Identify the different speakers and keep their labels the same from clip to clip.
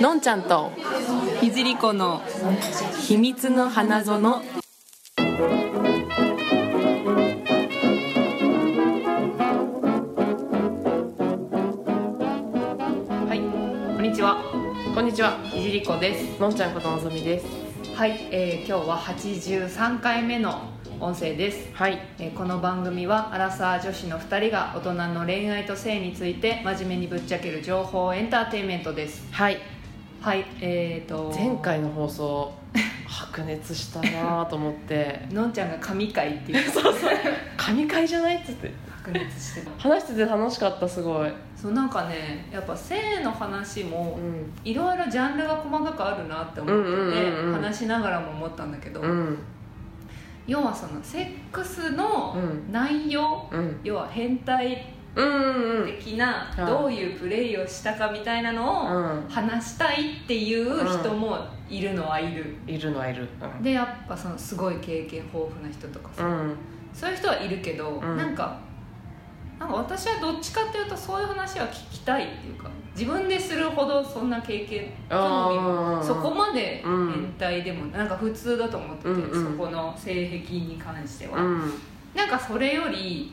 Speaker 1: のんちゃんと
Speaker 2: いじりこの
Speaker 1: 秘密の花園
Speaker 3: はい、こんにちは。
Speaker 1: こんにちはい
Speaker 3: じりこです。
Speaker 1: のんちゃんことのぞみです
Speaker 3: はい、えー今日は83回目の音声です。
Speaker 1: はい
Speaker 3: えーこの番組はアラサー女子の2人が大人の恋愛と性について真面目にぶっちゃける情報エンターテインメントです。
Speaker 1: はい
Speaker 3: はい、えーと
Speaker 1: 前回の放送白熱したなぁと思 って
Speaker 3: のんちゃんが神回っ ていう
Speaker 1: 神回じゃないっつって
Speaker 3: 白熱してた。
Speaker 1: 話してて楽しかったすごい、
Speaker 3: そうなんかね、やっぱ性の話
Speaker 1: う
Speaker 3: も
Speaker 1: ん、
Speaker 3: いろいろジャンルが細かくあるなって思っ
Speaker 1: う
Speaker 3: て
Speaker 1: んうん
Speaker 3: て
Speaker 1: うんうん
Speaker 3: 話しながらも思ったんだけど、
Speaker 1: うん
Speaker 3: 要はそのセックス
Speaker 1: う
Speaker 3: の
Speaker 1: ん
Speaker 3: 内容、
Speaker 1: うん
Speaker 3: 要は変態
Speaker 1: うんうん
Speaker 3: 的な
Speaker 1: うん
Speaker 3: どういうプレイをしたかみたいなのを
Speaker 1: うん
Speaker 3: 話したいっていう人もいるのはいる
Speaker 1: いるのはいる
Speaker 3: でやっぱそのすごい経験豊富な人とか
Speaker 1: う
Speaker 3: さ、
Speaker 1: ん
Speaker 3: そういう人はいるけど、
Speaker 1: ん
Speaker 3: なんかなんか私はどっちかっていうとそういう話は聞きたいっていうか自分でするほどそんな経験興味
Speaker 1: あー
Speaker 3: もそこまで
Speaker 1: うん
Speaker 3: 変態でもなんか普通だと思ってて、
Speaker 1: うんうん
Speaker 3: そこの性癖に関しては。
Speaker 1: うん
Speaker 3: なんかそれより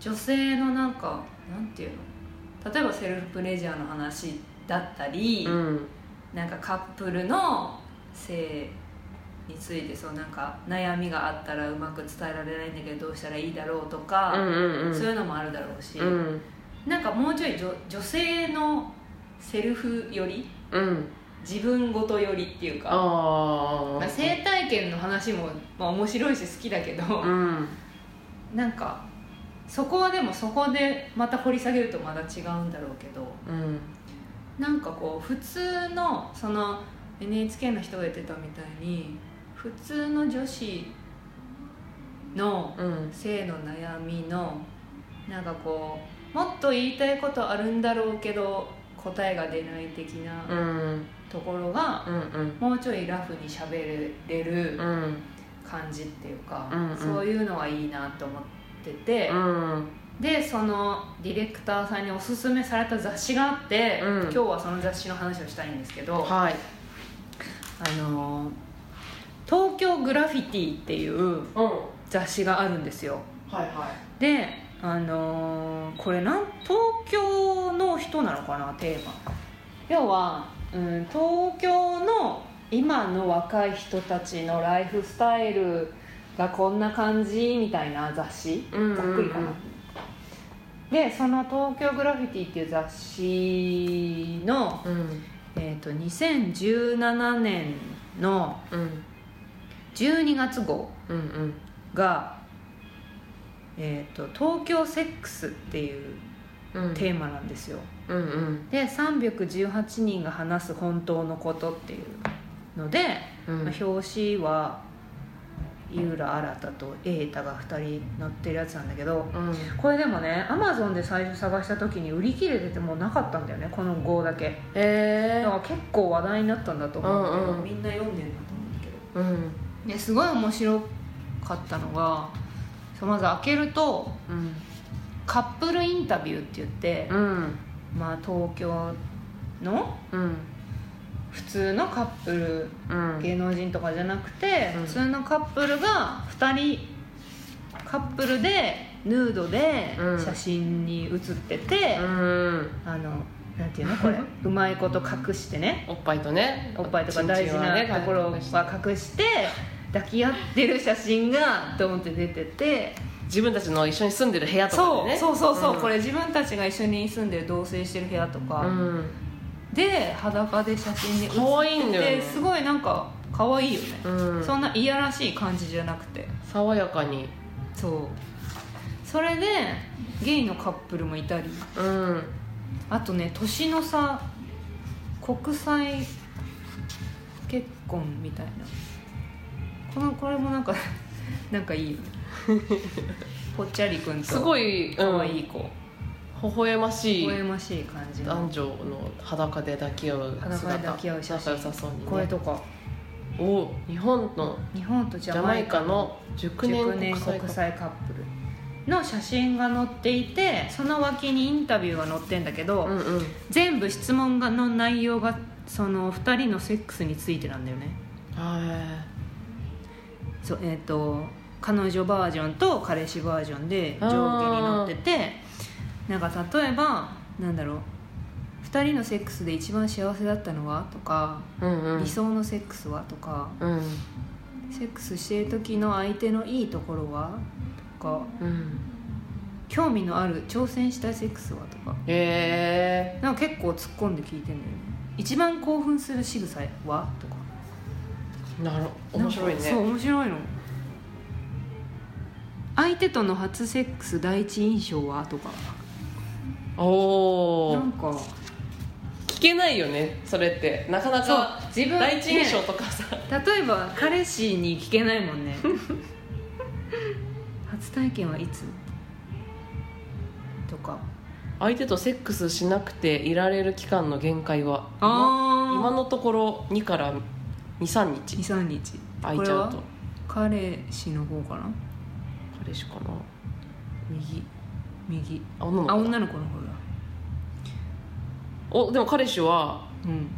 Speaker 3: 女性のなんかなんていうの例えばセルフプレジャーの話だったり、
Speaker 1: うん
Speaker 3: なんかカップルの性についてそうなんか悩みがあったらうまく伝えられないんだけどどうしたらいいだろうとか、
Speaker 1: うんうん
Speaker 3: そういうのもあるだろうし、
Speaker 1: うん
Speaker 3: なんかもうちょい女女性のセルフより
Speaker 1: うん
Speaker 3: 自分ごとよりっていうか、
Speaker 1: あ
Speaker 3: まあ、
Speaker 1: あ
Speaker 3: 性体験の話も、まあ、面白いし好きだけど。
Speaker 1: うん
Speaker 3: なんかそこはでもそこでまた掘り下げるとまだ違うんだろうけど
Speaker 1: うん
Speaker 3: なんかこう普通のその NHK の人が言ってたみたいに普通の女子の
Speaker 1: うん
Speaker 3: 性の悩みのなんかこうもっと言いたいことあるんだろうけど答えが出ない的
Speaker 1: う
Speaker 3: なんところが
Speaker 1: うんうん
Speaker 3: もうちょいラフに喋れる
Speaker 1: うん
Speaker 3: 感じっていうか
Speaker 1: うんうん
Speaker 3: そういうのはいいなと思ってて。
Speaker 1: うん
Speaker 3: でそのディレクターさんにおすすめされた雑誌があって、
Speaker 1: うん
Speaker 3: 今日はその雑誌の話をしたいんですけど、
Speaker 1: はい
Speaker 3: あのー東京グラフィティっていう
Speaker 1: うんはい
Speaker 3: 雑誌があるんですよ
Speaker 1: は
Speaker 3: であのーこれなん東京の人なのかなテーマ要は、うん、東京の今の若い人たちのライフスタイルがこんな感じみたいな雑誌
Speaker 1: いうん
Speaker 3: ざっくりかな、でその「東京グラフィティ」っていう雑誌の、
Speaker 1: うん
Speaker 3: えー、と2017年の
Speaker 1: うん
Speaker 3: 12月号
Speaker 1: うんうん
Speaker 3: が「えー、と東京セックス」っていう
Speaker 1: うん
Speaker 3: テーマなんですよ、
Speaker 1: うんうん
Speaker 3: で318人が話す本当のことっていうので、
Speaker 1: うん
Speaker 3: まあ表紙は井浦新と瑛太が2人載ってるやつなんだけど、
Speaker 1: うん
Speaker 3: これでもねアマゾンで最初探した時に売り切れててもうなかったんだよねこの号だけだ
Speaker 1: え
Speaker 3: から結構話題になったんだと思うんだけど、
Speaker 1: うんうん
Speaker 3: みんな読んでるなと思うんだけど
Speaker 1: ーうん
Speaker 3: ですごい面白かったのがそうまず開けると
Speaker 1: うん
Speaker 3: カップルインタビューって言って、
Speaker 1: うん
Speaker 3: まあ東京の
Speaker 1: うん
Speaker 3: 普通のカップル
Speaker 1: うん
Speaker 3: 芸能人とかじゃなくて、
Speaker 1: うん
Speaker 3: 普通のカップルが2人カップルでヌードで
Speaker 1: うん
Speaker 3: 写真に写ってて、
Speaker 1: うん
Speaker 3: あのなんていうのこれうまいこと隠してね
Speaker 1: おっぱいとね
Speaker 3: おっぱいとか大事なところは隠して抱き合ってる写真がドンって出てて
Speaker 1: 自分たちの一緒に住んでる部屋とか
Speaker 3: そう
Speaker 1: でね
Speaker 3: そうそうそう、こ
Speaker 1: れ
Speaker 3: れ自分たちが一緒に住んでる同棲してる部屋と
Speaker 1: う
Speaker 3: か、
Speaker 1: ん
Speaker 3: で裸で写真に
Speaker 1: 可愛いんだよ
Speaker 3: で
Speaker 1: ね
Speaker 3: すごいなんか可愛いよね、
Speaker 1: うん
Speaker 3: そんないやらしい感じじゃなくて
Speaker 1: 爽やかに
Speaker 3: そうそれでゲイのカップルもいたり
Speaker 1: うん
Speaker 3: あとね年の差国際結婚みたいなこのこれもなんか なん かいいよねぽっちゃりくんと
Speaker 1: すごいうん
Speaker 3: 可愛い子、
Speaker 1: 微笑まし
Speaker 3: 微
Speaker 1: い
Speaker 3: 笑ましい感じの
Speaker 1: 男女の裸で抱き合う姿
Speaker 3: 裸で抱き合う写真
Speaker 1: 仲良さそうに、ね、
Speaker 3: これとか
Speaker 1: お日本の
Speaker 3: 日本とジ
Speaker 1: ジ
Speaker 3: ャ
Speaker 1: ャ
Speaker 3: マ
Speaker 1: マ
Speaker 3: イ
Speaker 1: イ
Speaker 3: カ
Speaker 1: カ
Speaker 3: の
Speaker 1: の熟年
Speaker 3: 熟年
Speaker 1: 国際
Speaker 3: 国際カップルの写真が載っていてその脇にインタビューが載ってんだけど、
Speaker 1: うんうん
Speaker 3: 全部質問がの内容がその2人のセックスについてなんだよね
Speaker 1: は
Speaker 3: そうえっ、と彼女バージョンと彼氏バージョンで上下になっててなんか例えばなんだろう2人のセックスで一番幸せだったのはとか、
Speaker 1: いうんうん
Speaker 3: 理想のセックスはとか
Speaker 1: うん
Speaker 3: セックスしてる時の相手のいいところはとか
Speaker 1: うん
Speaker 3: 興味のある挑戦したいセックスはとか
Speaker 1: え
Speaker 3: なんか結構突っ込んで聞いてんだよね一番興奮する仕草はとか
Speaker 1: ー、なる面白い
Speaker 3: なんかそう
Speaker 1: ね
Speaker 3: 面白いの相手との初セックス第一印象はとか
Speaker 1: おお
Speaker 3: なんか
Speaker 1: 聞けないよねそれってなかなか
Speaker 3: そう自分
Speaker 1: 第一印象
Speaker 3: ね
Speaker 1: とかさ、
Speaker 3: 例えば彼氏に聞けないもんね 初体験はいつとか
Speaker 1: 相手とセックスしなくていられる期間の限界は今今
Speaker 3: あ
Speaker 1: のところ2から23日
Speaker 3: 23日
Speaker 1: 空いちゃう
Speaker 3: ことれは彼氏の方かな
Speaker 1: 彼氏かな
Speaker 3: 右右
Speaker 1: あ女の子
Speaker 3: あ
Speaker 1: だ
Speaker 3: 女の子の方だ
Speaker 1: おでも彼氏は
Speaker 3: うん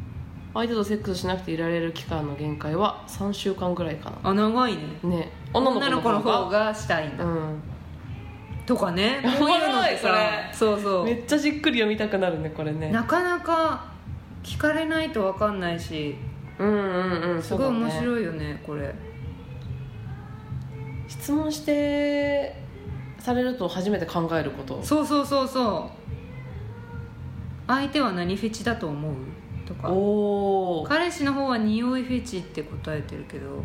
Speaker 1: 相手とセックスしなくていられる期間の限界は3週間ぐらいか
Speaker 3: あ長いね
Speaker 1: なね女の子の方が
Speaker 3: がしたいんだ
Speaker 1: うん
Speaker 3: とか ねこういうのってさそうそう
Speaker 1: めっちゃじっくり読みたくなるねこれね
Speaker 3: なかなか聞かれないと分かんないし
Speaker 1: うんうんうん
Speaker 3: すごい面
Speaker 1: い
Speaker 3: 白いよねこれ
Speaker 1: 質問してされると初めて考えること
Speaker 3: そうそうそうそう相手は何フェチだと思うとか
Speaker 1: おお
Speaker 3: 彼氏の方は匂いフェチって答えてるけど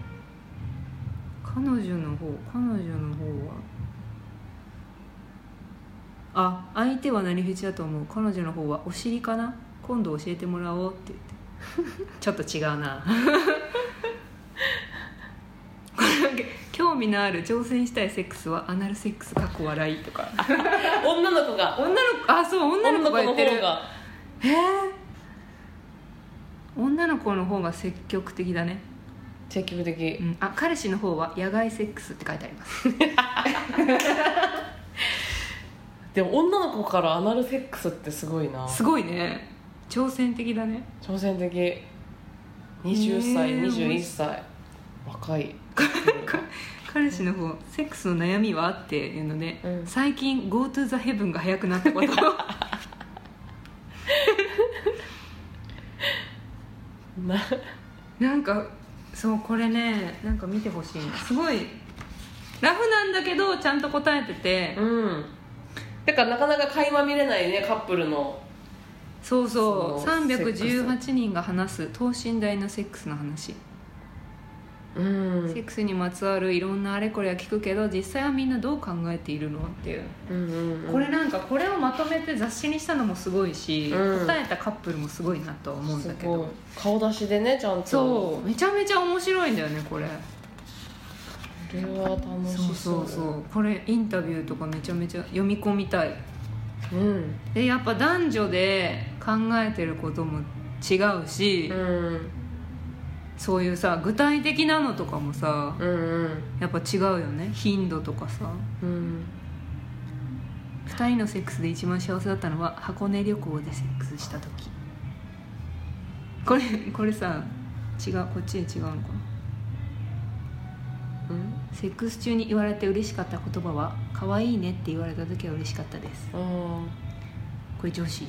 Speaker 3: 彼女の方彼女の方はあ相手は何フェチだと思う彼女の方はお尻かな今度教えてもらおうって 言ってちょっと違うな これなんか興味のある挑戦したいセックスはアナルセックスかっこ笑いとか
Speaker 1: 女の子が
Speaker 3: 女の子あそう女の子が言ってる
Speaker 1: 女の子の方が
Speaker 3: えー女の子の方が積極的だね
Speaker 1: 積極的
Speaker 3: うんあ彼氏の方は野外セックスって書いてあります
Speaker 1: でも女の子からアナルセックスってすごいな
Speaker 3: すごいね挑戦的だね
Speaker 1: 挑戦的20歳、
Speaker 3: えー
Speaker 1: 21歳若い
Speaker 3: 彼氏の方セックスの悩みはっていうので、
Speaker 1: うん
Speaker 3: 最近 GoTo the Heaven が早くなっ たこと
Speaker 1: な
Speaker 3: なんかそうこれねなんか見てほしいのすごいラフなんだけどちゃんと答えてて、
Speaker 1: うんだからなかなか垣間見れないねカップルの
Speaker 3: そうそう
Speaker 1: その
Speaker 3: 318人が話す等身大のセックスの話
Speaker 1: うん
Speaker 3: セックスにまつわるいろんなあれこれは聞くけど実際はみんなどう考えているのっていう、
Speaker 1: うんうんうん
Speaker 3: これなんかこれをまとめて雑誌にしたのもすごいし、
Speaker 1: うん
Speaker 3: 答えたカップルもすごいなとは思うんだけ
Speaker 1: すごい
Speaker 3: ど
Speaker 1: 顔出しでねちゃんと
Speaker 3: そうめちゃめちゃ面白いんだよねこれ
Speaker 1: これは楽し
Speaker 3: そうそうそうこれインタビューとかめちゃめちゃ読み込みたい
Speaker 1: うん
Speaker 3: でやっぱ男女で考えてることも違うし、
Speaker 1: うん
Speaker 3: そういうさ具体的なのとかもさ
Speaker 1: うんうん
Speaker 3: やっぱ違うよね頻度とかさ
Speaker 1: うん
Speaker 3: 2人のセックスで一番幸せだったのは箱根旅行でセックスした時これこれさ違うこっちで違うのかな
Speaker 1: うん
Speaker 3: セックス中に言われて嬉しかった言葉は「可愛いね」って言われた時は嬉しかったです
Speaker 1: あ
Speaker 3: これ女子
Speaker 1: ー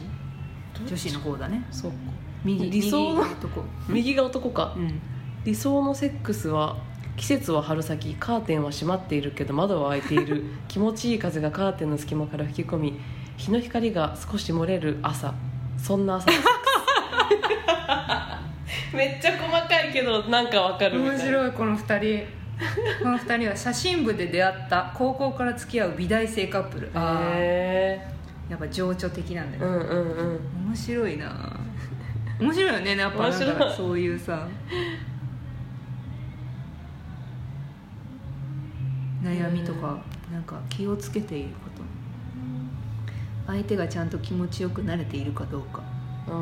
Speaker 3: 女子の方だね
Speaker 1: そうか
Speaker 3: 右
Speaker 1: 理想の
Speaker 3: 右男
Speaker 1: 右が男か
Speaker 3: うん
Speaker 1: 理想のセックスは季節は春先カーテンは閉まっているけど窓は開いてい る気持ちいい風がカーテンの隙間から吹き込み日の光が少し漏れる朝そんな朝です めっちゃ細かいけどなんかわかるみた
Speaker 3: 面
Speaker 1: い
Speaker 3: 白いこの2人 この2人は写真部で出会った高校から付き合う美大生カップルあー
Speaker 1: へ
Speaker 3: やっぱ情緒的なんだよね
Speaker 1: えうんうんうん
Speaker 3: 面白いな面白いよねやっぱ
Speaker 1: 面
Speaker 3: なんか
Speaker 1: 白い
Speaker 3: そういうさ悩みとかなんか気をつけていること相手がちゃんと気持ちよく慣れているかどうか
Speaker 1: う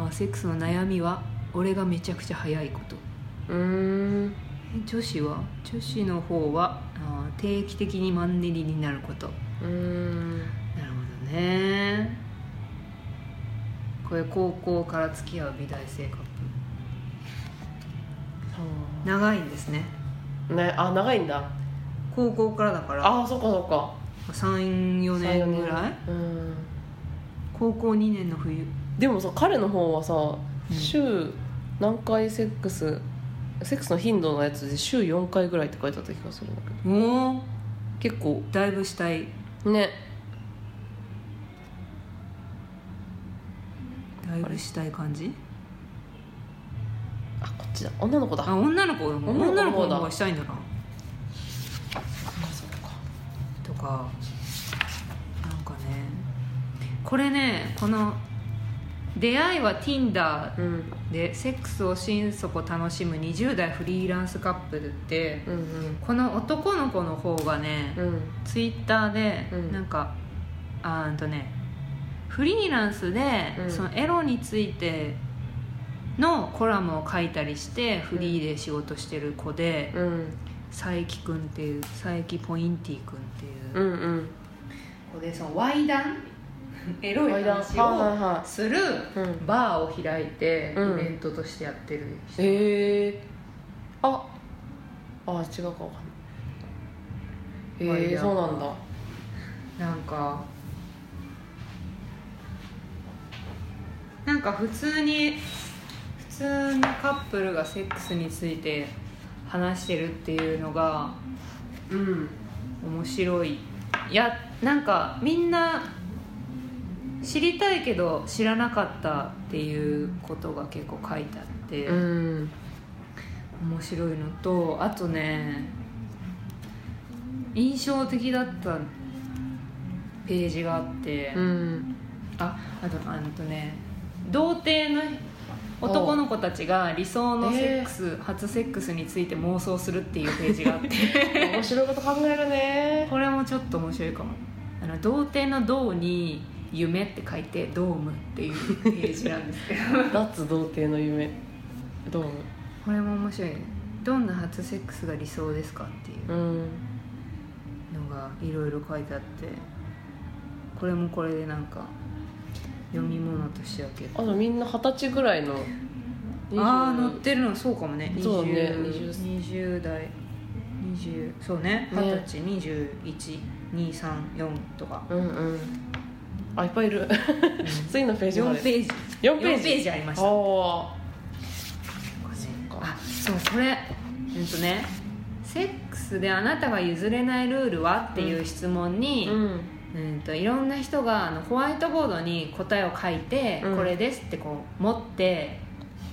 Speaker 1: ん
Speaker 3: あセックスの悩みは俺がめちゃくちゃ早いこと
Speaker 1: うーん
Speaker 3: え女子は女子の方はあ定期的にマンネリになること
Speaker 1: うーん
Speaker 3: なるほどねこれ高校から付き合う美大生カップ
Speaker 1: は
Speaker 3: 長いんですね
Speaker 1: あねあ長いんだ
Speaker 3: 高校からだから
Speaker 1: あそっかそっか
Speaker 3: 34年ぐらい
Speaker 1: うん
Speaker 3: 高校2年の冬
Speaker 1: でもさ彼の方はさ、
Speaker 3: ん
Speaker 1: 週何回セックスセックスの頻度のやつで週4回ぐらいって書いてあった気がするんだけど
Speaker 3: も
Speaker 1: 結構
Speaker 3: うだいぶ死体
Speaker 1: ね
Speaker 3: だいぶ死体感じ
Speaker 1: あこっちだ女の子だ
Speaker 3: あ女の子の方
Speaker 1: 女の子の
Speaker 3: 女の子の
Speaker 1: 方
Speaker 3: 方
Speaker 1: だ
Speaker 3: がしたいんだな
Speaker 1: そっか
Speaker 3: とかなんかねこれねこの出会いは Tinder
Speaker 1: うん
Speaker 3: でセックスを心底楽しむ20代フリーランスカップルって
Speaker 1: うん
Speaker 3: この男の子の方がね、
Speaker 1: うんうん
Speaker 3: ツイッターで
Speaker 1: うん
Speaker 3: なんか、あーんとねフリーランスで、
Speaker 1: うん
Speaker 3: そのエロについてのコラムを書いたりしてフリーで仕事してる子で、
Speaker 1: うん
Speaker 3: 佐伯くんっていう佐伯ポインティくんって
Speaker 1: う
Speaker 3: いうん
Speaker 1: うん
Speaker 3: 子でそのワイダンエロ
Speaker 1: はいいは
Speaker 3: 話を
Speaker 1: いは
Speaker 3: する
Speaker 1: いうん
Speaker 3: バーを開いてイ
Speaker 1: うん
Speaker 3: ベントとしてやってる人、
Speaker 1: へえああ違うかわかんないへえそうなんだ
Speaker 3: なんかなんか普通に普通のカップルがセックスについて話してるっていうのが
Speaker 1: うん
Speaker 3: 面白いいやなんかみんな知りたいけど知らなかったっていうことが結構書いてあって、
Speaker 1: うん
Speaker 3: 面白いのとあとね印象的だったページがあって、
Speaker 1: うん
Speaker 3: ああとあのとね童貞の男の子たちが理想のセックス、初セックスについて妄想するっていうページがあって
Speaker 1: 面白いこと考えるね
Speaker 3: これもちょっと面白いかもあの童貞の「童」に「夢」って書いて「ドーム」っていうページなんですけど
Speaker 1: 脱童貞の夢どう思
Speaker 3: これも面白いねどんな初セックスが理想ですかっていう
Speaker 1: ううん
Speaker 3: のがいろいろ書いてあってこれもこれでなんか読み物としては結構
Speaker 1: あとみんな二十歳ぐらいの
Speaker 3: ああ乗っ
Speaker 1: 20
Speaker 3: てるのそうかもね
Speaker 1: そうだね
Speaker 3: 20, 20代20そう
Speaker 1: ね
Speaker 3: ね二十歳、21234とか
Speaker 1: うんうんあいっぱいいる次のページま
Speaker 3: 4
Speaker 1: で
Speaker 3: ページ
Speaker 1: 四ページ
Speaker 3: 四ページありました
Speaker 1: あか
Speaker 3: あそうこれうんとねセックスであなたが譲れないルールはっていう質問
Speaker 1: あ
Speaker 3: に、
Speaker 1: うん
Speaker 3: うんといろんな人があのホワイトボードに答えを書いて、
Speaker 1: うん
Speaker 3: これですってこう持って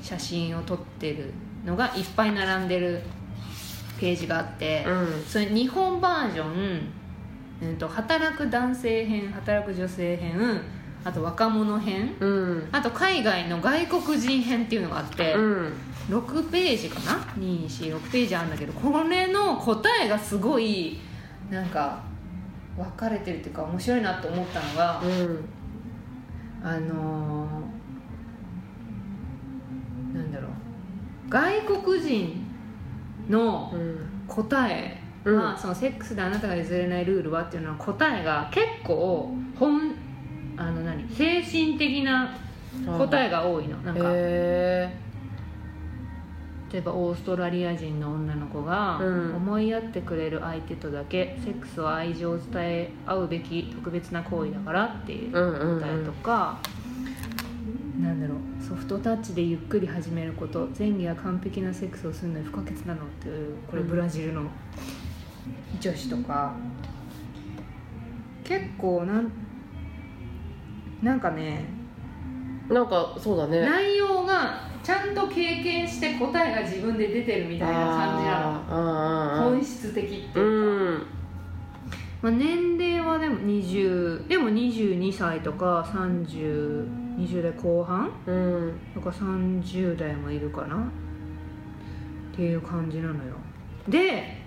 Speaker 3: 写真を撮ってるのがいっぱい並んでるページがあって、
Speaker 1: うん
Speaker 3: それ日本バージョン、うん、と働く男性編働く女性編あと若者編
Speaker 1: うん
Speaker 3: あと海外の外国人編っていうのがあって、
Speaker 1: うん
Speaker 3: 6ページかな246ページあるんだけどこれの答えがすごいなんか分かれてるっていうか面白いなと思ったのが、
Speaker 1: うん
Speaker 3: あのーなんだろう外国人の
Speaker 1: うん
Speaker 3: 答えが、
Speaker 1: うん
Speaker 3: そのセックスであなたが譲れないルールはっていうのは答えが結構本あの何精神的な答えが多いのなんか、
Speaker 1: へ
Speaker 3: 例えばオーストラリア人の女の子が、
Speaker 1: うん
Speaker 3: 思いやってくれる相手とだけセックスは愛情を伝え合うべき特別な行為だからっていう
Speaker 1: ーうんうん
Speaker 3: 答えとか、なんだろうソフトタッチでゆっくり始めること前儀や完璧なセックスをするのに不可欠なのっていうこれ
Speaker 1: うん
Speaker 3: ブラジルの女子とか、結構なんなんかね
Speaker 1: うんなんかそうだね
Speaker 3: 内容がちゃんと経験して答えが自分で出てるみたいな感じ
Speaker 1: あ
Speaker 3: なの
Speaker 1: ーあーあ
Speaker 3: 本
Speaker 1: ー
Speaker 3: 質的っていうか、
Speaker 1: うん
Speaker 3: まあ、年齢はでも20でも22歳とか3020代後半
Speaker 1: うん
Speaker 3: とか30代もいるかなっていう感じなのよで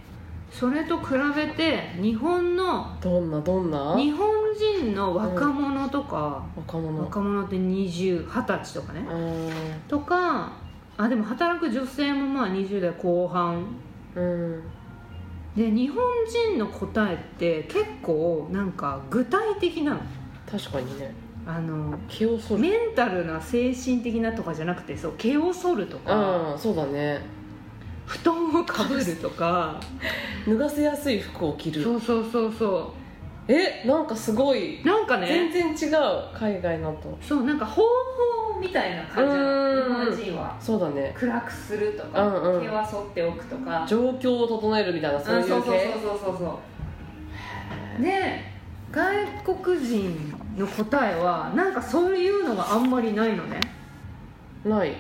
Speaker 3: それと比べて日本の
Speaker 1: どんなどんな
Speaker 3: 日本人の若者とか、
Speaker 1: 若者
Speaker 3: 若者って2020歳とかね、
Speaker 1: あー
Speaker 3: とかあでも働く女性もまあ20代後半
Speaker 1: うん
Speaker 3: 20で日本人の答えって結構なんか具体的なの
Speaker 1: 確かにね
Speaker 3: あの
Speaker 1: 毛を剃る
Speaker 3: メンタルな精神的なとかじゃなくてそう毛を剃るとか、
Speaker 1: うんそうだね
Speaker 3: 布団をかぶるとか
Speaker 1: 脱がせやすい服を着る
Speaker 3: そうそうそうそ
Speaker 1: えなんかすごいう
Speaker 3: なんか
Speaker 1: 全
Speaker 3: ね
Speaker 1: 然違う海外のと
Speaker 3: そうなんか方法みたいな感じなの
Speaker 1: うん
Speaker 3: 日本人は
Speaker 1: そうだね
Speaker 3: 暗くするとか、
Speaker 1: うんうん
Speaker 3: 毛は剃っておくとか
Speaker 1: 状況を整えるみたいなそういう系
Speaker 3: そうそうそうそうそうそうで外国人の答えはなんかそういうのがあんまりないのね
Speaker 1: ない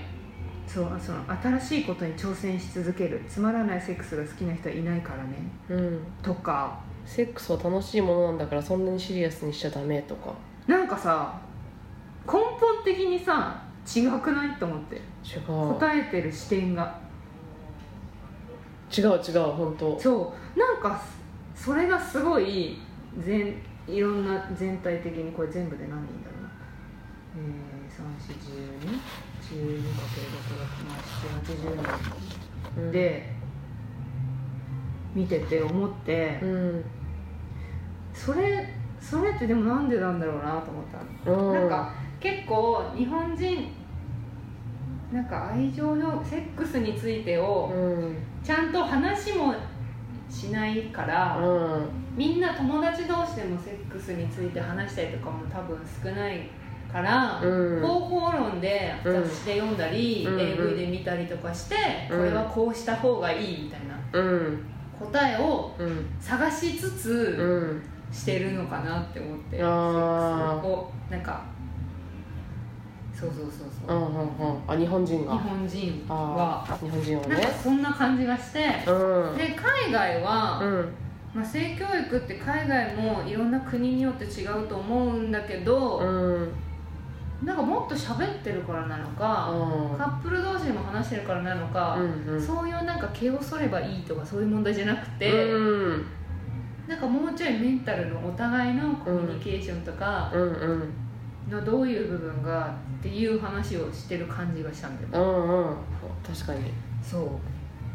Speaker 3: そうその新しいことに挑戦し続けるつまらないセックスが好きな人はいないからね
Speaker 1: うん
Speaker 3: とか
Speaker 1: セックスは楽しいものなんだからそんなにシリアスにしちゃダメとか
Speaker 3: なんかさ根本的にさ違くないと思って
Speaker 1: 違う
Speaker 3: 答えてる視点が
Speaker 1: 違う違う本当
Speaker 3: そうなんかそれがすごい全いろんな全体的にこれ全部で何人だろうなえー、341212×5 6 7 8 0
Speaker 1: うん
Speaker 3: で見てて思って、
Speaker 1: うん
Speaker 3: それそれってでもなんでなんだろうなと思ったの
Speaker 1: うん
Speaker 3: なんか結構日本人なんか愛情のセックスについて
Speaker 1: う
Speaker 3: を
Speaker 1: ん
Speaker 3: ちゃんと話もしないから、
Speaker 1: うん
Speaker 3: みんな友達同士でもセックスについて話したりとかも多分少ないから、
Speaker 1: うん
Speaker 3: 方法論で雑誌で読んだり、
Speaker 1: うん
Speaker 3: AV で見たりとかして、
Speaker 1: うん
Speaker 3: これはこうした方がいいみたいな
Speaker 1: うん
Speaker 3: 答えを
Speaker 1: うん
Speaker 3: 探しつ
Speaker 1: う
Speaker 3: つ
Speaker 1: ん
Speaker 3: してるのかなって思って、
Speaker 1: あー
Speaker 3: をなんかそうそうそう
Speaker 1: う
Speaker 3: そう
Speaker 1: う
Speaker 3: ん
Speaker 1: んうんあ日本人
Speaker 3: 日
Speaker 1: が
Speaker 3: 本人
Speaker 1: あ
Speaker 3: は
Speaker 1: ー日本人は
Speaker 3: なん
Speaker 1: ね
Speaker 3: かそんな感じがして
Speaker 1: うん
Speaker 3: で海外は、
Speaker 1: うん
Speaker 3: まあ、性教育って海外もいろんな国によって違うと思うんだけど、
Speaker 1: うん
Speaker 3: なんかもっと喋ってるからなのか、カップル同士でも話してるからなのか、
Speaker 1: うんうん
Speaker 3: そういうなんか毛を剃ればいいとかそういう問題じゃなくて、
Speaker 1: うん
Speaker 3: なんかもうちょいメンタルのお互いのコミュニケーションとか
Speaker 1: うんうん
Speaker 3: のどういう部分がっていう話をしてる感じがしたんだよ、
Speaker 1: うんうん確かに
Speaker 3: そう、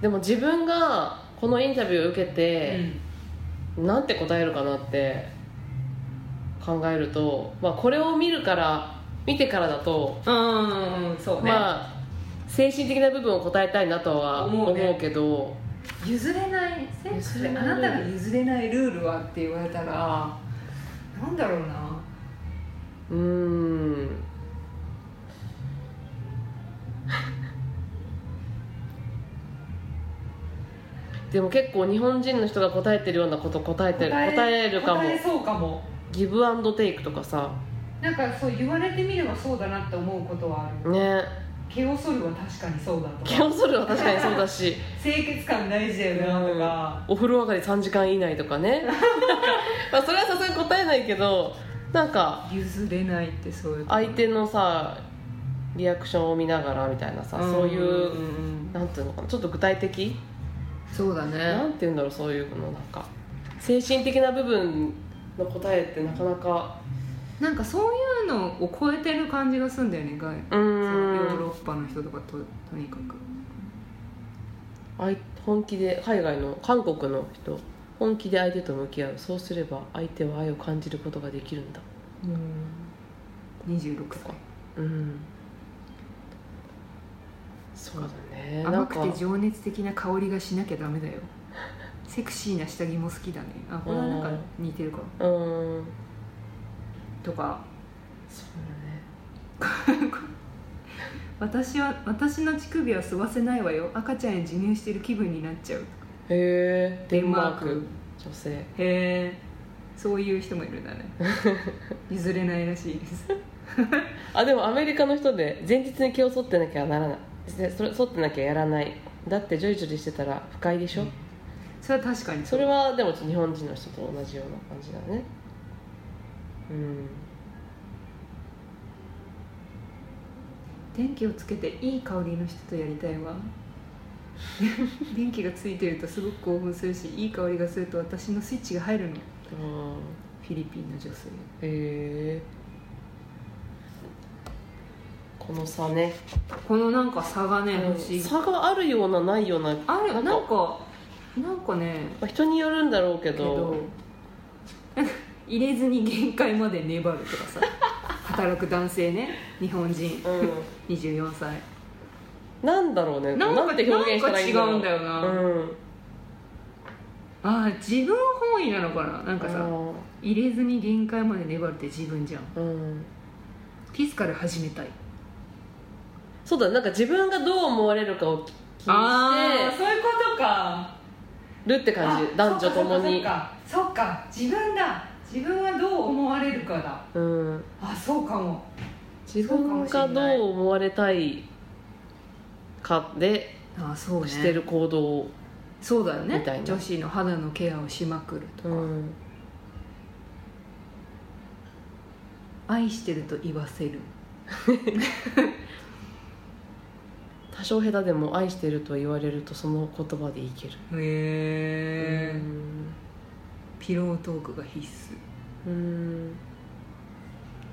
Speaker 1: でも自分がこのインタビューを受けて、なんて答えるかなって考えると、まあ、これを見るから見てからだと、
Speaker 3: うん、うん、そうね、
Speaker 1: まあ精神的な部分を答えたいなとは
Speaker 3: 思
Speaker 1: 思
Speaker 3: うね
Speaker 1: うけど
Speaker 3: 譲れないセックス
Speaker 1: 譲
Speaker 3: で
Speaker 1: れない
Speaker 3: あなたが譲れないルールはって言われたらなんだろうな
Speaker 1: うーん でも結構日本人の人が答えてるようなこと答えてる答えるかも
Speaker 3: 答えそうかも
Speaker 1: ギブアンドテイクとかさ
Speaker 3: なんかそう言われてみればそうだなって思うことはあ る
Speaker 1: ね
Speaker 3: 毛を剃るは確かにそうだ
Speaker 1: 毛
Speaker 3: とか
Speaker 1: を剃るは確かにそうだし
Speaker 3: 清潔感大事だよなとか、
Speaker 1: お風呂上がり3時間以内とか ねまあそれはさすがに答えないけどなんか
Speaker 3: 譲れないってそういう
Speaker 1: 相手のさリアクションを見ながらみたいなさそうい
Speaker 3: ん
Speaker 1: う、
Speaker 3: んうん
Speaker 1: なんていうのかなちょっと具体的
Speaker 3: そうだ
Speaker 1: なん
Speaker 3: ね
Speaker 1: ていうんだろうそういうのなんか精神的な部分の答えってなかなか
Speaker 3: なんかそういうのを超えてる感じがするんだよね外
Speaker 1: う
Speaker 3: そのヨー
Speaker 1: ー
Speaker 3: ロ
Speaker 1: ん
Speaker 3: ッパの人とかととにかく
Speaker 1: あい本気で海外の韓国の人本気で相手と向き合うそうすれば相手は愛を感じることができるんだ
Speaker 3: うん26歳
Speaker 1: うんそうだねな
Speaker 3: 甘
Speaker 1: ん
Speaker 3: く
Speaker 1: か
Speaker 3: て情熱的な香りがしなきゃダメだよセクシーな下着も好きだねあこれはなんか似てるか
Speaker 1: うん
Speaker 3: とか
Speaker 1: そうだね
Speaker 3: 私は私の乳首は吸わせないわよ赤ちゃんへ授乳してる気分になっちゃう
Speaker 1: へえデンマー
Speaker 3: デンマーク
Speaker 1: ク女性
Speaker 3: へえそういう人もいるんだ ね譲れないらしいです
Speaker 1: あでもアメリカの人で前日に毛を剃ってなきゃならないでそれ剃ってなきゃやらないだってジョリジョリしてたら不快でしょ、
Speaker 3: それは確かに
Speaker 1: それはでも日本人の人と同じような感じだねうん
Speaker 3: 電気をつけていい香りの人とやりたい わ電気がついてるとすごく興奮するしいい香りがすると私のスイッチが入るの
Speaker 1: うん
Speaker 3: フィリピンの女性
Speaker 1: へえこの差ね
Speaker 3: このなんか差がね
Speaker 1: うん
Speaker 3: 欲しい
Speaker 1: 差があるようなないような
Speaker 3: ある
Speaker 1: な
Speaker 3: なん
Speaker 1: か
Speaker 3: んかなんかね
Speaker 1: まあ人によるんだろうけ
Speaker 3: けど
Speaker 1: ど
Speaker 3: 入れずに限界まで粘るとかさ働く男性ね日本人
Speaker 1: う
Speaker 3: 24歳
Speaker 1: んなんだろうね
Speaker 3: なんか
Speaker 1: て表現したらいい
Speaker 3: なんか違うんだよな
Speaker 1: うん
Speaker 3: ああ自分本位なのかななんかさ入れずに限界まで粘るって自分じゃん
Speaker 1: うんうん
Speaker 3: ピスカル始めたい
Speaker 1: そうだなんか自分がどう思われるかを気気にして
Speaker 3: そういうことか
Speaker 1: るって感じ
Speaker 3: あ
Speaker 1: 男女ともに
Speaker 3: そっかそっかそっか自分だ自分はどう思われるかだ
Speaker 1: うん
Speaker 3: あそうかも
Speaker 1: 自分がどう思われたいかで
Speaker 3: あそうね
Speaker 1: してる行動を、
Speaker 3: そうだよね
Speaker 1: みたいな
Speaker 3: 女子の肌のケアをしまくるとか、
Speaker 1: うん
Speaker 3: 愛してると言わせる
Speaker 1: 多少下手でも愛してると言われるとその言葉でいける
Speaker 3: へ
Speaker 1: うん
Speaker 3: ピロートークが必須
Speaker 1: うんな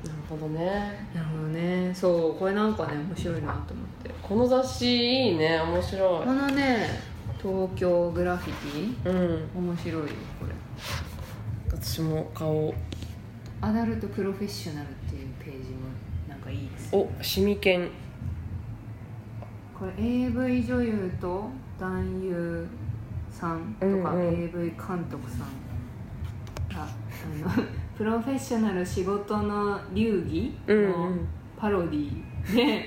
Speaker 1: るほどね
Speaker 3: なるほどねそうこれなんかね面白いなと思って
Speaker 1: この雑誌いいね面白
Speaker 3: このね東京グラフィテ
Speaker 1: いうん
Speaker 3: ィ面白いよこれ
Speaker 1: 私も買おう
Speaker 3: アダルトプロフェッショナルっていうページもなんかいいです
Speaker 1: おシミケン
Speaker 3: これ AV 女優と男優さんとか、
Speaker 1: うんうん
Speaker 3: AV 監督さんがあの プロフェッショナル仕事の流儀
Speaker 1: うんう
Speaker 3: の
Speaker 1: ん
Speaker 3: パロディーで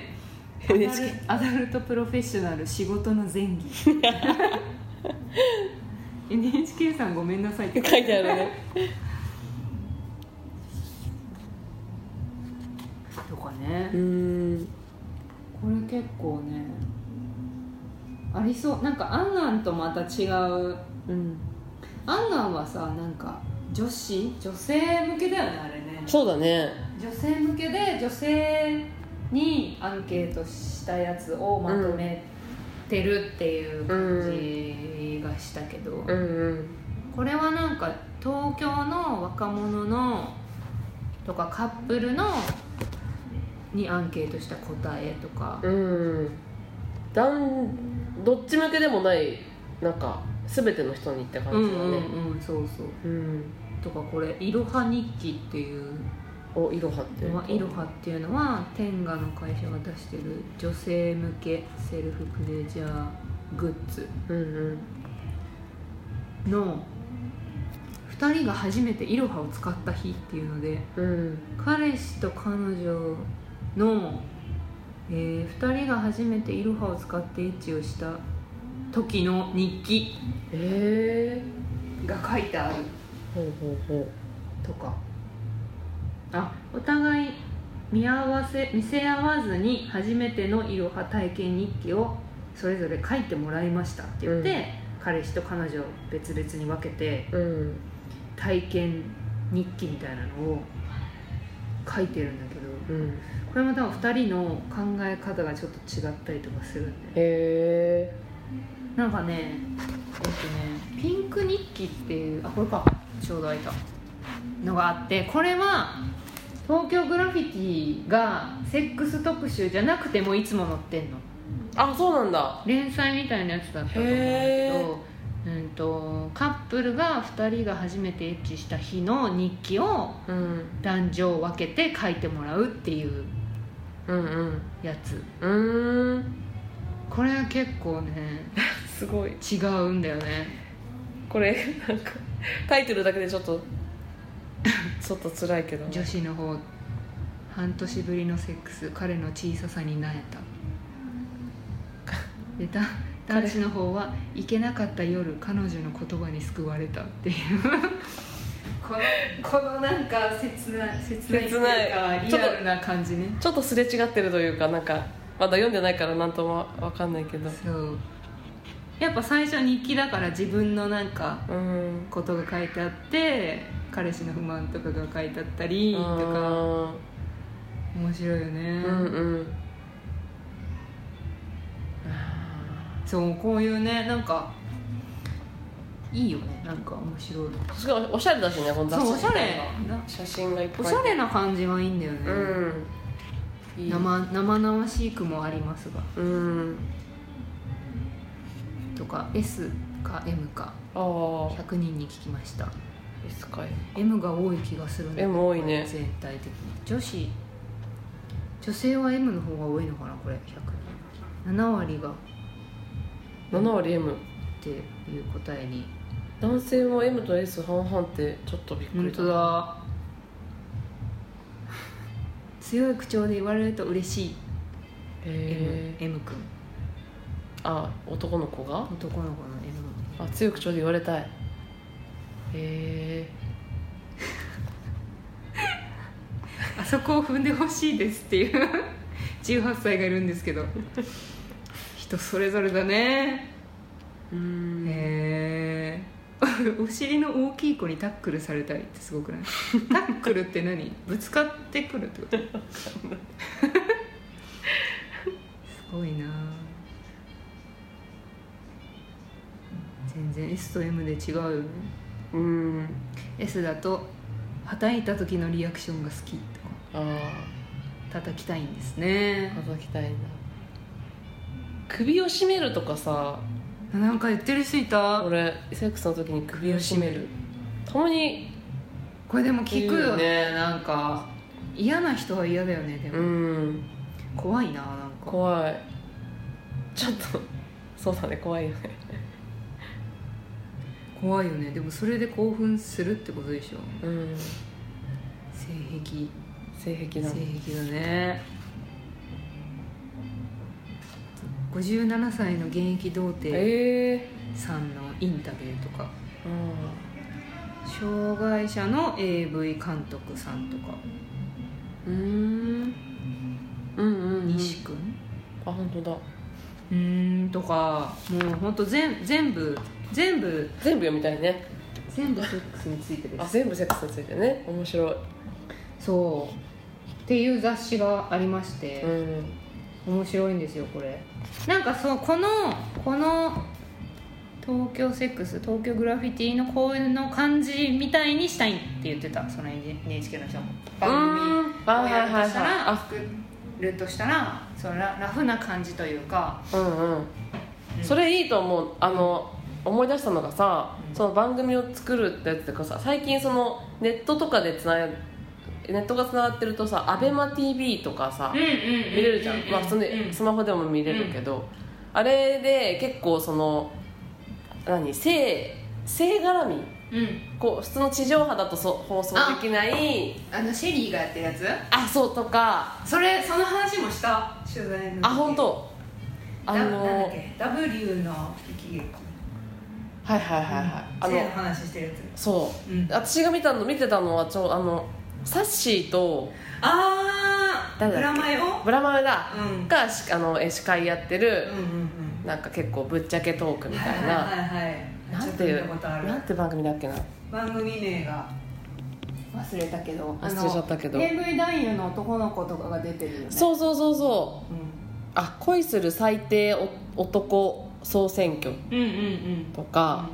Speaker 1: NHK
Speaker 3: アダルアダルトプロフェッショナル仕事の 前儀 NHK さんごめんなさいって
Speaker 1: 書いてあるね
Speaker 3: とかね
Speaker 1: うん
Speaker 3: これ結構ねありそうなんか「アンアン」とまた違う
Speaker 1: うん
Speaker 3: 「アンアン」はさなんか女子女性向けだよねあれね
Speaker 1: そうだね
Speaker 3: 女性向けで女性にアンケートしたやつをまとめてるっていう感じがしたけど、
Speaker 1: うんうん
Speaker 3: これはなんか東京の若者のとかカップルのにアンケートした答えとか、
Speaker 1: うんだんどっち向けでもないなんか全ての人にって感じだね
Speaker 3: うん、そうそ
Speaker 1: う
Speaker 3: う
Speaker 1: ん
Speaker 3: とかこれ「いろは日記」っていう
Speaker 1: おいろはって
Speaker 3: のは「いろは」っていうのは天下の会社が出してる女性向けセルフプレジャーグッズ
Speaker 1: うんうん
Speaker 3: の2人が初めて「いろは」を使った日っていうので
Speaker 1: うん
Speaker 3: 彼氏と彼女の、え2人が初めて「いろは」を使ってエッチをした時の日記
Speaker 1: ええ
Speaker 3: が書いてある
Speaker 1: ほうほうほ
Speaker 3: とかあお互い見合わせ見せ合わずに初めてのいろは体験日記をそれぞれ書いてもらいましたって言って、
Speaker 1: うん
Speaker 3: 彼氏と彼女を別々に分けて
Speaker 1: ううん
Speaker 3: 体験日記みたいなのを書いてるんだけど
Speaker 1: うん
Speaker 3: これも多分2人の考え方がちょっと違ったりとかするん
Speaker 1: へ
Speaker 3: で
Speaker 1: え
Speaker 3: なんかねえっとねピンク日記っていうあこれかちょうど開いたのがあってこれは東京グラフィティがセックス特集じゃなくてもいつも載ってんの
Speaker 1: あそうなんだ
Speaker 3: 連載みたいなやつだったと思うんだけ
Speaker 1: へ
Speaker 3: ど、うん、とカップルが2人が初めてエッチした日の日記を
Speaker 1: うん
Speaker 3: 男女を分けて書いてもらうっていう
Speaker 1: うんうん
Speaker 3: やつ
Speaker 1: うーん
Speaker 3: これは結構ね
Speaker 1: すごい
Speaker 3: 違うんだよね
Speaker 1: これなんかタイトルだけでちょっとちょっと辛いけど
Speaker 3: 女子の方半年ぶりのセックス彼の小ささになえたで だ男子の方は行けなかった夜彼女の言葉に救われたっていう このこのなんか切ない切ないっていう
Speaker 1: 切
Speaker 3: か
Speaker 1: ない
Speaker 3: リアルな感じね
Speaker 1: ちょっとすれ違ってるというかなんかまだ読んでないからなんともわかんないけど
Speaker 3: そうやっぱ最初日記だから自分のなんか
Speaker 1: うん
Speaker 3: ことが書いてあって彼氏の不満とかが書いてあったりとか面白いよ
Speaker 1: う
Speaker 3: ね、
Speaker 1: んうん
Speaker 3: そうこういうねなんかいいよねなんか面白い
Speaker 1: すごいおしゃれだしねこの雑誌
Speaker 3: そうおしゃれな
Speaker 1: 写真がいっぱい
Speaker 3: おしゃれな感じがいいんだよね、
Speaker 1: うんいい
Speaker 3: 生生々しくもありますが
Speaker 1: うん
Speaker 3: とか S か M か
Speaker 1: ああ
Speaker 3: 100人に聞きました
Speaker 1: S かい
Speaker 3: M が多い気がするんだけど
Speaker 1: M 多いね
Speaker 3: 全体的に女子女性は M の方が多いのかなこれ100人7割がっ
Speaker 1: 7割 M
Speaker 3: ていう答えに
Speaker 1: 男性も M と S 半々ってちょっとびっく
Speaker 3: 本
Speaker 1: り
Speaker 3: 当だ 強い口調で言われると嬉しい
Speaker 1: へえ
Speaker 3: M, M 君
Speaker 1: あ男の子が
Speaker 3: 男の子の M
Speaker 1: あ強く口調で言われたいへえ
Speaker 3: あそこを踏んでほしいですっていう 18歳がいるんですけど人それぞれだね
Speaker 1: うーん
Speaker 3: へえ お尻の大きい子にタックルされたりってすご くないタックルって何ぶつかってくるってことすごいな全然 S と M で違うよね
Speaker 1: うーん
Speaker 3: S だとはたいた時のリアクションが好きとか
Speaker 1: ああ
Speaker 3: 叩きたいんですね
Speaker 1: 叩きたいな首を絞めるとかさ
Speaker 3: なんか言ってる人いた
Speaker 1: 俺セックスの時に首を絞めるたまに
Speaker 3: これでも聞くよね
Speaker 1: 言う
Speaker 3: なんか嫌な人は嫌だよねで
Speaker 1: う
Speaker 3: も、
Speaker 1: ん
Speaker 3: 怖いななんか
Speaker 1: 怖いちょっとそうだね怖いよね
Speaker 3: 怖いよねでもそれで興奮するってことでしょ
Speaker 1: うん
Speaker 3: 性癖
Speaker 1: 性癖なの
Speaker 3: 性癖だね57歳の現役童貞
Speaker 1: ええ
Speaker 3: さんのインタビューとか
Speaker 1: う
Speaker 3: 障害者の AV 監督さんとか
Speaker 1: んうんうんうん
Speaker 3: 西君
Speaker 1: あ本当だ
Speaker 3: うーんとかもうほんと全全部全部
Speaker 1: 全部読みたいね
Speaker 3: 全部セックスについてで
Speaker 1: あ
Speaker 3: す
Speaker 1: 全部セックスについてね面白い
Speaker 3: そうっていう雑誌がありまして、
Speaker 1: うん
Speaker 3: 面白いんですよこれなんかそうこのこの東京セックス東京グラフィティのこういうの感じみたいにしたいって言ってたその NHK の人も番
Speaker 1: うん
Speaker 3: 組をやるとした
Speaker 1: はいはいはいあ
Speaker 3: ら作るとしたらそのララフな感じというか
Speaker 1: うんうんそれいいと思うあの思い出したのがさ、
Speaker 3: うん
Speaker 1: その番組を作るってやつとかさ最近そのネットとかでつなネットがつながってるとさ ABEMATV とかさ、
Speaker 3: うんうん
Speaker 1: 見れるじゃん、まあそんで
Speaker 3: うん
Speaker 1: スマホでも見れるけど、あれで結構その何性性絡み
Speaker 3: うん
Speaker 1: こう普通の地上波だとそ放送できない
Speaker 3: あのシェリーがやってるやつ
Speaker 1: あそうとか
Speaker 3: それその話もした取材の時
Speaker 1: あ本当あ
Speaker 3: だ
Speaker 1: の
Speaker 3: なんだ
Speaker 1: は
Speaker 3: っ
Speaker 1: い
Speaker 3: け W の引き
Speaker 1: はいはいはい、あ
Speaker 3: 性
Speaker 1: の
Speaker 3: の話してるやつ
Speaker 1: そう、
Speaker 3: うん
Speaker 1: 私が見たの見てたのはちょあのサッシーと
Speaker 3: ああ
Speaker 1: 誰
Speaker 3: ブ
Speaker 1: だ
Speaker 3: ラ
Speaker 1: っけ
Speaker 3: マヨ
Speaker 1: ブラマヨだ、
Speaker 3: うん
Speaker 1: がしあのえ司会やってる
Speaker 3: うん、うん
Speaker 1: なんか結構ぶっちゃけトーク
Speaker 3: うん
Speaker 1: み
Speaker 3: は
Speaker 1: た
Speaker 3: い
Speaker 1: いな、
Speaker 3: はいはいはい
Speaker 1: な
Speaker 3: ち
Speaker 1: ん
Speaker 3: ょってと
Speaker 1: い
Speaker 3: 見
Speaker 1: う
Speaker 3: たことある
Speaker 1: なんて番組だっけな
Speaker 3: 番組名が忘れたけど
Speaker 1: 忘れちゃったけど
Speaker 3: AV 男優の男の子とかが出てるよね
Speaker 1: そうそうそうそう
Speaker 3: う
Speaker 1: あ恋する最低お男総選挙
Speaker 3: ん、うんうんうん
Speaker 1: とか、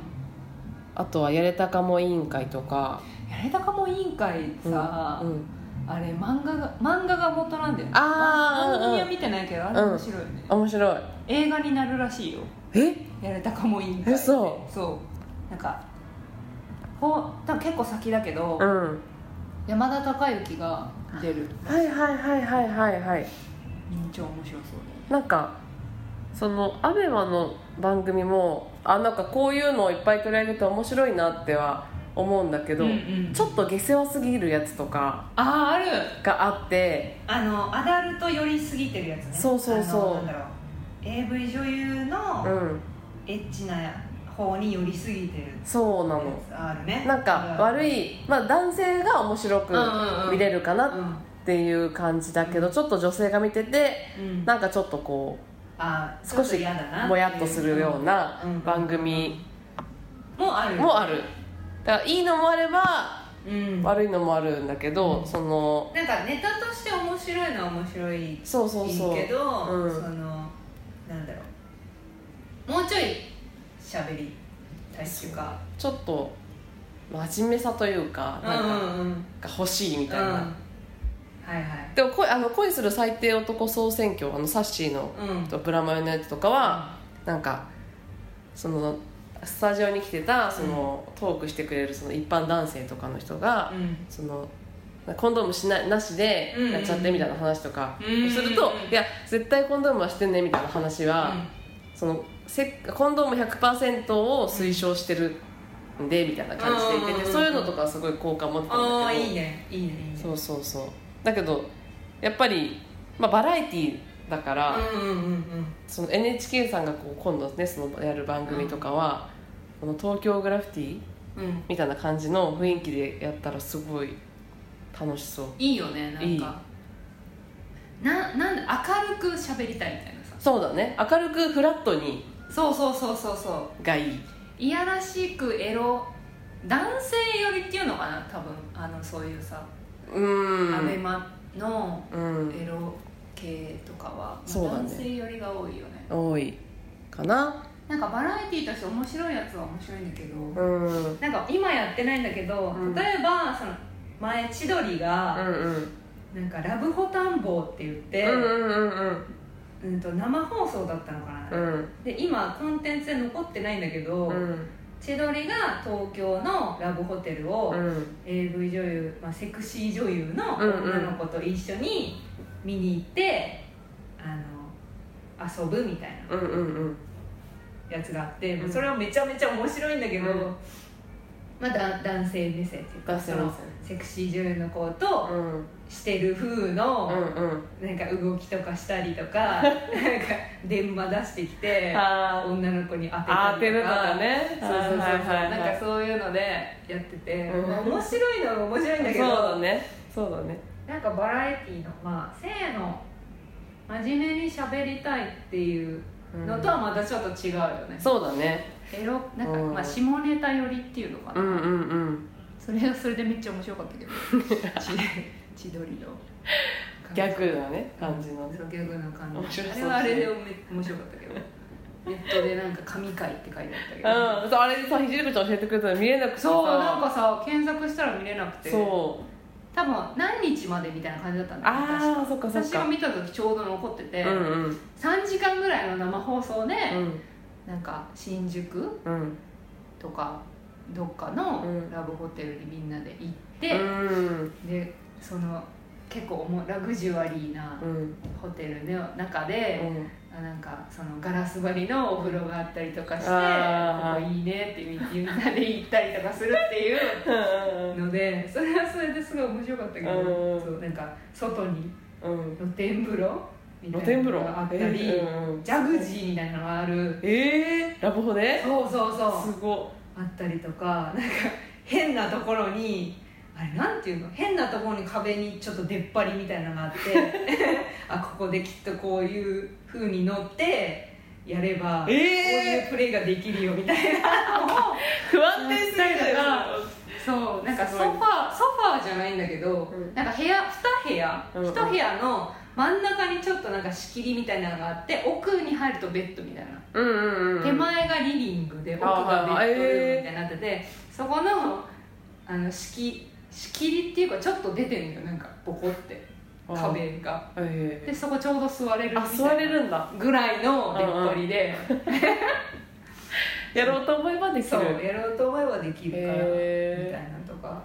Speaker 1: あとはやれたかも委員会とか
Speaker 3: やれたかも委員会さ、
Speaker 1: うんうん
Speaker 3: あれ漫画が漫画が元なんだよね
Speaker 1: あー
Speaker 3: 番
Speaker 1: うんうん
Speaker 3: 組は見てないけどあれ面白いよね、
Speaker 1: 面白い
Speaker 3: 映画になるらしいよ
Speaker 1: え
Speaker 3: やれたかも委員会って
Speaker 1: 嘘
Speaker 3: そうなんかほう多分結構先だけど、
Speaker 1: うん
Speaker 3: 山田孝之が出る
Speaker 1: はいはいはいはいはいはい
Speaker 3: うん超面白そうだよ
Speaker 1: なんかそのアベマの番組もあなんかこういうのをいっぱい取り上げて面白いなっては思うんだけど、
Speaker 3: うんうん
Speaker 1: ちょっと下世話すぎるやつとか
Speaker 3: ああある
Speaker 1: があって
Speaker 3: あのアダルト寄りすぎてるやつね
Speaker 1: そうそうそう
Speaker 3: あのなんだろう AV 女優
Speaker 1: う
Speaker 3: の
Speaker 1: ん
Speaker 3: エッチな方に寄りすぎてる
Speaker 1: そうな
Speaker 3: や
Speaker 1: の
Speaker 3: つあるね
Speaker 1: なんか悪い、まあ、男性が面白く
Speaker 3: うんうんうん
Speaker 1: 見れるか
Speaker 3: う
Speaker 1: なんっていう感じだけどちょっと女性が見てて
Speaker 3: うん
Speaker 1: なんかちょっとこ
Speaker 3: あ
Speaker 1: う
Speaker 3: ーちょ
Speaker 1: 少
Speaker 3: っと
Speaker 1: し
Speaker 3: 嫌だな
Speaker 1: もやっとするような
Speaker 3: うん
Speaker 1: 番組
Speaker 3: もある
Speaker 1: もあるだからいいのもあれば
Speaker 3: うん
Speaker 1: 悪いのもあるんだけど、
Speaker 3: うん
Speaker 1: その
Speaker 3: なんかネタとして面白いのは面白い
Speaker 1: そうそうそう
Speaker 3: いいけど、
Speaker 1: うん
Speaker 3: そのなんだろうもうちょい喋りたいっていうか
Speaker 1: ちょっと真面目さというかなんか
Speaker 3: うんうん
Speaker 1: が欲しいみたいな、
Speaker 3: はいはい
Speaker 1: でも恋あの恋する最低男総選挙あのサッシーの
Speaker 3: うん
Speaker 1: とブラマヨのやつとかはなんかそのスタジオに来てたその、トークしてくれるその一般男性とかの人が、
Speaker 4: うん
Speaker 1: そのコンドームしななしで
Speaker 4: うん
Speaker 1: やっちゃってみたいな話とか
Speaker 4: うん
Speaker 1: すると、
Speaker 4: うん
Speaker 1: いや絶対コンドームはしてねみたいな話は、そのせコンドーム100%を推奨してるんでみたいな感じで言って
Speaker 4: うんうんうんう
Speaker 1: て
Speaker 4: ん
Speaker 1: そういうのとかはすごい好感持ってたんだけど
Speaker 4: ああいいねいいねいいね
Speaker 1: そうそうそうだけどやっぱり、まあ、バラエティーだから、
Speaker 4: うんうんうんうん
Speaker 1: その NHK さんがこう今度ねそのやる番組とかは、この東京グラフィティ
Speaker 4: うん
Speaker 1: みたいな感じの雰囲気でやったらすごい楽しそう
Speaker 3: いいよねなんかななんで明るく喋りたいみたいなさ
Speaker 1: そうだね明るくフラットに
Speaker 4: そうそうそうそうそ
Speaker 1: がいい
Speaker 3: いやらしくエロ男性寄りっていうのかな多分あのそういうさ、
Speaker 1: う
Speaker 3: アベ
Speaker 1: ん
Speaker 3: マの
Speaker 1: うん
Speaker 3: エロ系とかは、まあ
Speaker 1: そうだね
Speaker 3: 男性寄りが多いよね
Speaker 1: 多いかな
Speaker 3: なんかバラエティーとして面白いやつは面白いんだけど、
Speaker 1: うんうん
Speaker 3: なんか今やってないんだけど、
Speaker 1: うん
Speaker 3: 例えばその前千鳥が、
Speaker 1: うん
Speaker 3: なんかラブホ探訪って言って、
Speaker 1: うん
Speaker 3: うん
Speaker 1: うんうん
Speaker 3: と生放送だったのか
Speaker 1: う
Speaker 3: な、
Speaker 1: ん
Speaker 3: で今コンテンツで残ってないんだけど、
Speaker 1: うん
Speaker 3: 千鳥が東京のラブホテルを、
Speaker 1: うん
Speaker 3: AV 女優、まあ、セクシー女優の
Speaker 1: うんうん
Speaker 3: 女の子と一緒に見に行って、あの遊ぶみたい
Speaker 1: うんうん
Speaker 3: なやつがあって、
Speaker 1: うん
Speaker 3: それはめちゃめちゃ面白いんだけど、
Speaker 1: うん
Speaker 3: まあ、だ男性目線っていうか
Speaker 1: 男性目線
Speaker 3: そのセクシー女優の子と
Speaker 1: うん
Speaker 3: してる風
Speaker 1: う
Speaker 3: の
Speaker 1: んうん
Speaker 3: なんか動きとかしたりと かなんか電話出してきて
Speaker 1: あ
Speaker 3: 女の子に当て
Speaker 1: あ
Speaker 3: た
Speaker 1: 当て
Speaker 3: り
Speaker 1: る
Speaker 3: と
Speaker 1: と
Speaker 3: か
Speaker 1: か。ね
Speaker 3: そうそうそうそう、なんか
Speaker 1: か
Speaker 3: そういうのでやってて、
Speaker 1: うん
Speaker 3: まあ面白いのは面白いんだけど
Speaker 1: そうだねそうだね
Speaker 3: なんかバラエティーのまあ性の真面目に喋りたいっていうのとはまたちょっと違うよね、
Speaker 1: そうだね
Speaker 3: エロなんか、
Speaker 1: うん
Speaker 3: まあ、下ネタ寄りっていうのかな、
Speaker 1: うんうんうん
Speaker 3: それはそれでめっちゃ面白かっ たけどち千鳥の
Speaker 1: 逆なね感じのね
Speaker 3: そう逆の感
Speaker 1: 面
Speaker 3: じ
Speaker 1: 白
Speaker 3: あ
Speaker 1: そう
Speaker 3: れはあれでおめ面白かったけどネットでなんか「神回」って書いてあったけ
Speaker 1: う
Speaker 3: ど、
Speaker 1: ん、そうあれでさひじりこちゃん教えてくれたの見れなくてさ
Speaker 3: そうなんかさ検索したら見れなくて
Speaker 1: そう
Speaker 3: 多分何日までみたいな感じだったんだよ確
Speaker 1: ああ
Speaker 3: か
Speaker 1: そっかそっ
Speaker 3: 私が
Speaker 1: か
Speaker 3: 見た時ちょうど残って
Speaker 1: う
Speaker 3: て、
Speaker 1: んうん
Speaker 3: 3時間ぐらいの生放送で、
Speaker 1: うん
Speaker 3: なんか新宿
Speaker 1: うん
Speaker 3: とかどっかの
Speaker 1: うん
Speaker 3: ラブホテルにみんなで行っ
Speaker 1: う
Speaker 3: て、
Speaker 1: ん
Speaker 3: でその結構おもラグジュアリーな
Speaker 1: うん
Speaker 3: ホテルの中で、あなんかそのガラス張りのお風呂があったりとかして、
Speaker 1: あー
Speaker 3: ここいいねってみみんなで行ったりとかするっていう のでそれはそれですごい面白かったけど、
Speaker 1: うん
Speaker 3: そうなんか外に
Speaker 1: うん
Speaker 3: 露天風呂み
Speaker 1: 露
Speaker 3: たい
Speaker 1: 天
Speaker 3: な
Speaker 1: 風
Speaker 3: の
Speaker 1: 呂
Speaker 3: があったり、ジャグジーみたいなのがある
Speaker 1: ええラブホで
Speaker 3: そうそうそう
Speaker 1: すご
Speaker 3: あったりとかなんか変なところにあれなんていうの変なところに壁にちょっと出っ張りみたいな のがあってあここできっとこういうふうに乗ってやれば、
Speaker 1: え
Speaker 3: こういう
Speaker 1: え
Speaker 3: プレイができるよみ たいなのを
Speaker 1: 不安定すぎる
Speaker 3: そうなんか
Speaker 1: す
Speaker 3: ソ
Speaker 1: ご
Speaker 3: フ
Speaker 1: い
Speaker 3: ァーソファーじゃないんだけど、
Speaker 1: うん
Speaker 3: なんか部屋2部屋、
Speaker 1: うんうん
Speaker 3: 1部屋の真ん中にちょっとなんか仕切りみたいなのがあって奥に入るとベッドみたいな。
Speaker 1: うんうんうん
Speaker 3: 手前がリビングで奥がベッドルームみたいになってて、そこのあの仕切仕切りっていうかちょっと出てるのよなんかボコって壁がで
Speaker 1: え
Speaker 3: そこちょうど座れるみ
Speaker 1: えあ
Speaker 3: たいな
Speaker 1: 座れるんだ
Speaker 3: ぐらいの出っ張りで、
Speaker 1: やろうと思えばでき
Speaker 3: そう
Speaker 1: る
Speaker 3: やろうと思えばできるから、みた
Speaker 1: え
Speaker 3: いなのとか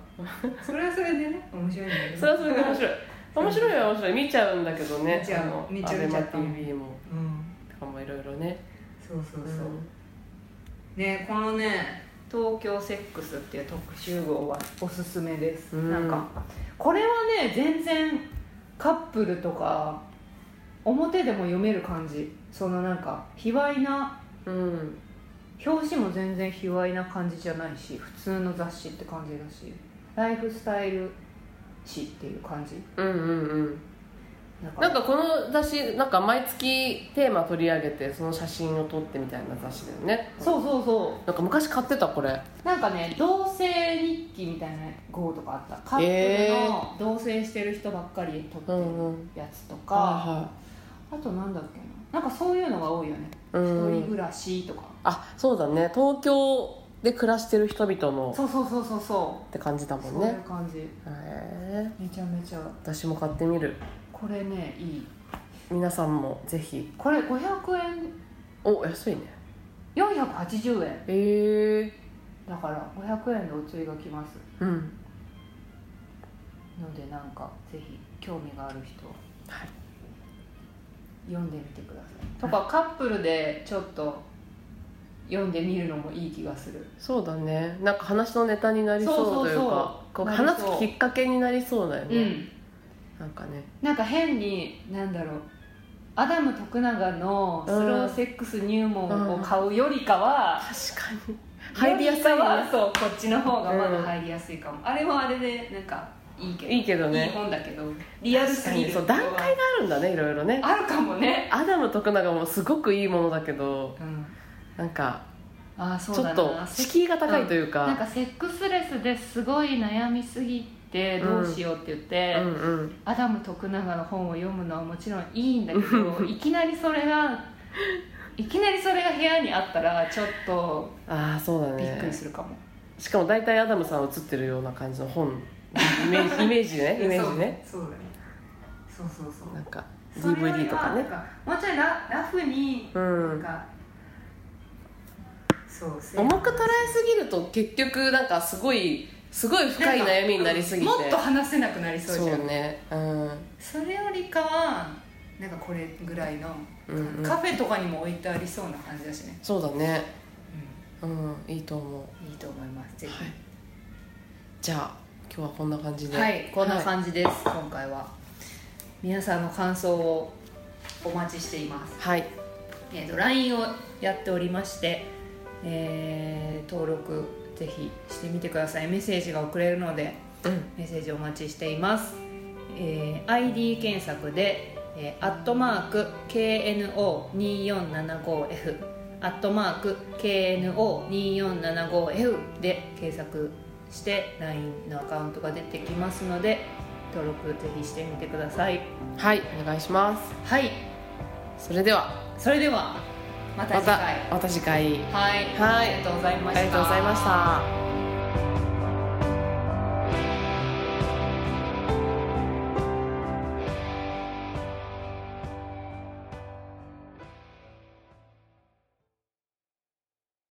Speaker 3: それはそれでね面白いんだけ
Speaker 1: え
Speaker 3: ど
Speaker 1: それはそれで面白い面白いは面白い見ちゃうんだけどね
Speaker 3: 見ちゃう
Speaker 1: あの
Speaker 3: 見ちゃう見ちゃう
Speaker 1: ABEMATV も
Speaker 3: うん
Speaker 1: とかもいろいろね
Speaker 3: そうそう
Speaker 1: う
Speaker 3: そう、
Speaker 1: ん
Speaker 3: ねこのね「東京セックス」っていう特集号はおすすめです、
Speaker 1: うん
Speaker 3: なんかこれはね全然カップルとか表でも読める感じそのなんか卑猥な
Speaker 1: うん
Speaker 3: 表紙も全然卑猥な感じじゃないし普通の雑誌って感じだしライフスタイル誌っていう感じ
Speaker 1: うんうんうん
Speaker 3: なんか
Speaker 1: なんかこの雑誌なんか毎月テーマ取り上げてその写真を撮ってみたいな雑誌だよね
Speaker 3: そうそうそう
Speaker 1: なんか昔買ってたこれ
Speaker 3: なんかね同性日記みたいな号とかあったカッ
Speaker 1: え
Speaker 3: プル
Speaker 1: ー
Speaker 3: の同棲してる人ばっかり撮ってる
Speaker 1: ん
Speaker 3: やつとか、
Speaker 1: は
Speaker 3: あとなんだっけななんかそういうのが多いよね
Speaker 1: いはい
Speaker 3: 一
Speaker 1: う
Speaker 3: 人
Speaker 1: ん
Speaker 3: 暮らしとか
Speaker 1: あそうだね東京で暮らしてる人々の
Speaker 3: そうそうそうそうそ
Speaker 1: って感じだ
Speaker 3: う
Speaker 1: もん
Speaker 3: そういう
Speaker 1: ね
Speaker 3: 感じ
Speaker 1: へえ
Speaker 3: めちゃめちゃ
Speaker 1: 私も買ってみる
Speaker 3: これねいい
Speaker 1: 皆さんもぜひ
Speaker 3: これ500円
Speaker 1: お安いね
Speaker 3: 480円
Speaker 5: ええ
Speaker 3: だから500円でお釣りが来ます
Speaker 5: うん
Speaker 3: のでなんかぜひ興味がある人は
Speaker 5: はい
Speaker 3: 読んでみてくださいとかカップルでちょっと読んでみるのもいい気がする
Speaker 1: そうだねなんか話のネタになりそうというか
Speaker 3: そうそうそう
Speaker 1: こう
Speaker 3: なり
Speaker 1: 話
Speaker 3: そう
Speaker 1: すきっかけになりそうだよ
Speaker 3: う
Speaker 1: ね、
Speaker 3: ん
Speaker 1: なんかね
Speaker 3: なんか変になんだろうアダム徳永のスローセックス入門を買うよりかは、
Speaker 1: 確かに
Speaker 3: 入
Speaker 1: 入
Speaker 3: り
Speaker 1: り
Speaker 3: や
Speaker 1: や
Speaker 3: す
Speaker 1: す
Speaker 3: い
Speaker 1: い
Speaker 3: か
Speaker 1: ね
Speaker 3: はそうこっちの方がまだ入りやすいかも、あれはあれでなんかいいけど
Speaker 1: いいけどね
Speaker 3: いい本だけどリアルすぎる
Speaker 1: 確かにそう段階があるんだねいろいろね
Speaker 3: あるかもね、
Speaker 1: アダム徳永もすごくいいものだけど
Speaker 3: うん、
Speaker 1: なんか
Speaker 3: ああそ
Speaker 1: ちょ
Speaker 3: うだ
Speaker 1: っ
Speaker 3: な
Speaker 1: と敷居が高いという
Speaker 3: なん
Speaker 1: か
Speaker 3: かセックスレスですごい悩みすぎてどうしようって言って、
Speaker 1: うんうん
Speaker 3: アダム徳永の本を読むのはもちろんいいんだけどいきなりそれがいきなりそれが部屋にあったらちょっと
Speaker 1: ああそうだ
Speaker 3: びっくり
Speaker 1: ね
Speaker 3: するかも、
Speaker 1: しかも大体アダムさん写ってるような感じの本イメ ージイメージねイメージね
Speaker 3: そうそうだねそうそうそう
Speaker 1: なんか
Speaker 3: それより
Speaker 1: DVD と
Speaker 3: は
Speaker 1: かね
Speaker 3: なんもうちょいララフに
Speaker 1: う
Speaker 3: なん
Speaker 1: ん
Speaker 3: か、そうせ
Speaker 1: 重く捉えすぎると結局なんかすごいすごい深い悩みになりすぎて
Speaker 3: もっと話せなくなりそう
Speaker 1: そ
Speaker 3: じゃん
Speaker 1: うねうん
Speaker 3: それよりかはなんかこれぐらいの、
Speaker 1: うんうん
Speaker 3: カフェとかにも置いてありそうな感じだしね、
Speaker 1: そうだねうんいいと思う
Speaker 3: いいと思いますぜ
Speaker 1: は
Speaker 3: ひ
Speaker 1: いじゃあ今日はこんな感じで
Speaker 3: は、
Speaker 1: はい
Speaker 3: こんな感じです、今回は皆さんの感想をお待ちしています、
Speaker 1: はい
Speaker 3: えー、と LINE をやっておりまして、えー登録ぜひしてみてくださいメッセージが送れるので
Speaker 1: うん
Speaker 3: メッセージお待ちしています、えー ID 検索で「えーアットマーク #KNO2475F」アットマーク KNO2475F で検索して LINE のアカウントが出てきますので登録ぜひしてみてください
Speaker 1: はいお願いします
Speaker 3: はい
Speaker 1: それでは
Speaker 3: それではまた
Speaker 1: ま
Speaker 3: 次
Speaker 1: た
Speaker 3: 回
Speaker 1: また次回
Speaker 3: はい、
Speaker 1: はい
Speaker 3: ありがとうございま
Speaker 1: あ
Speaker 3: した
Speaker 1: りがとうございました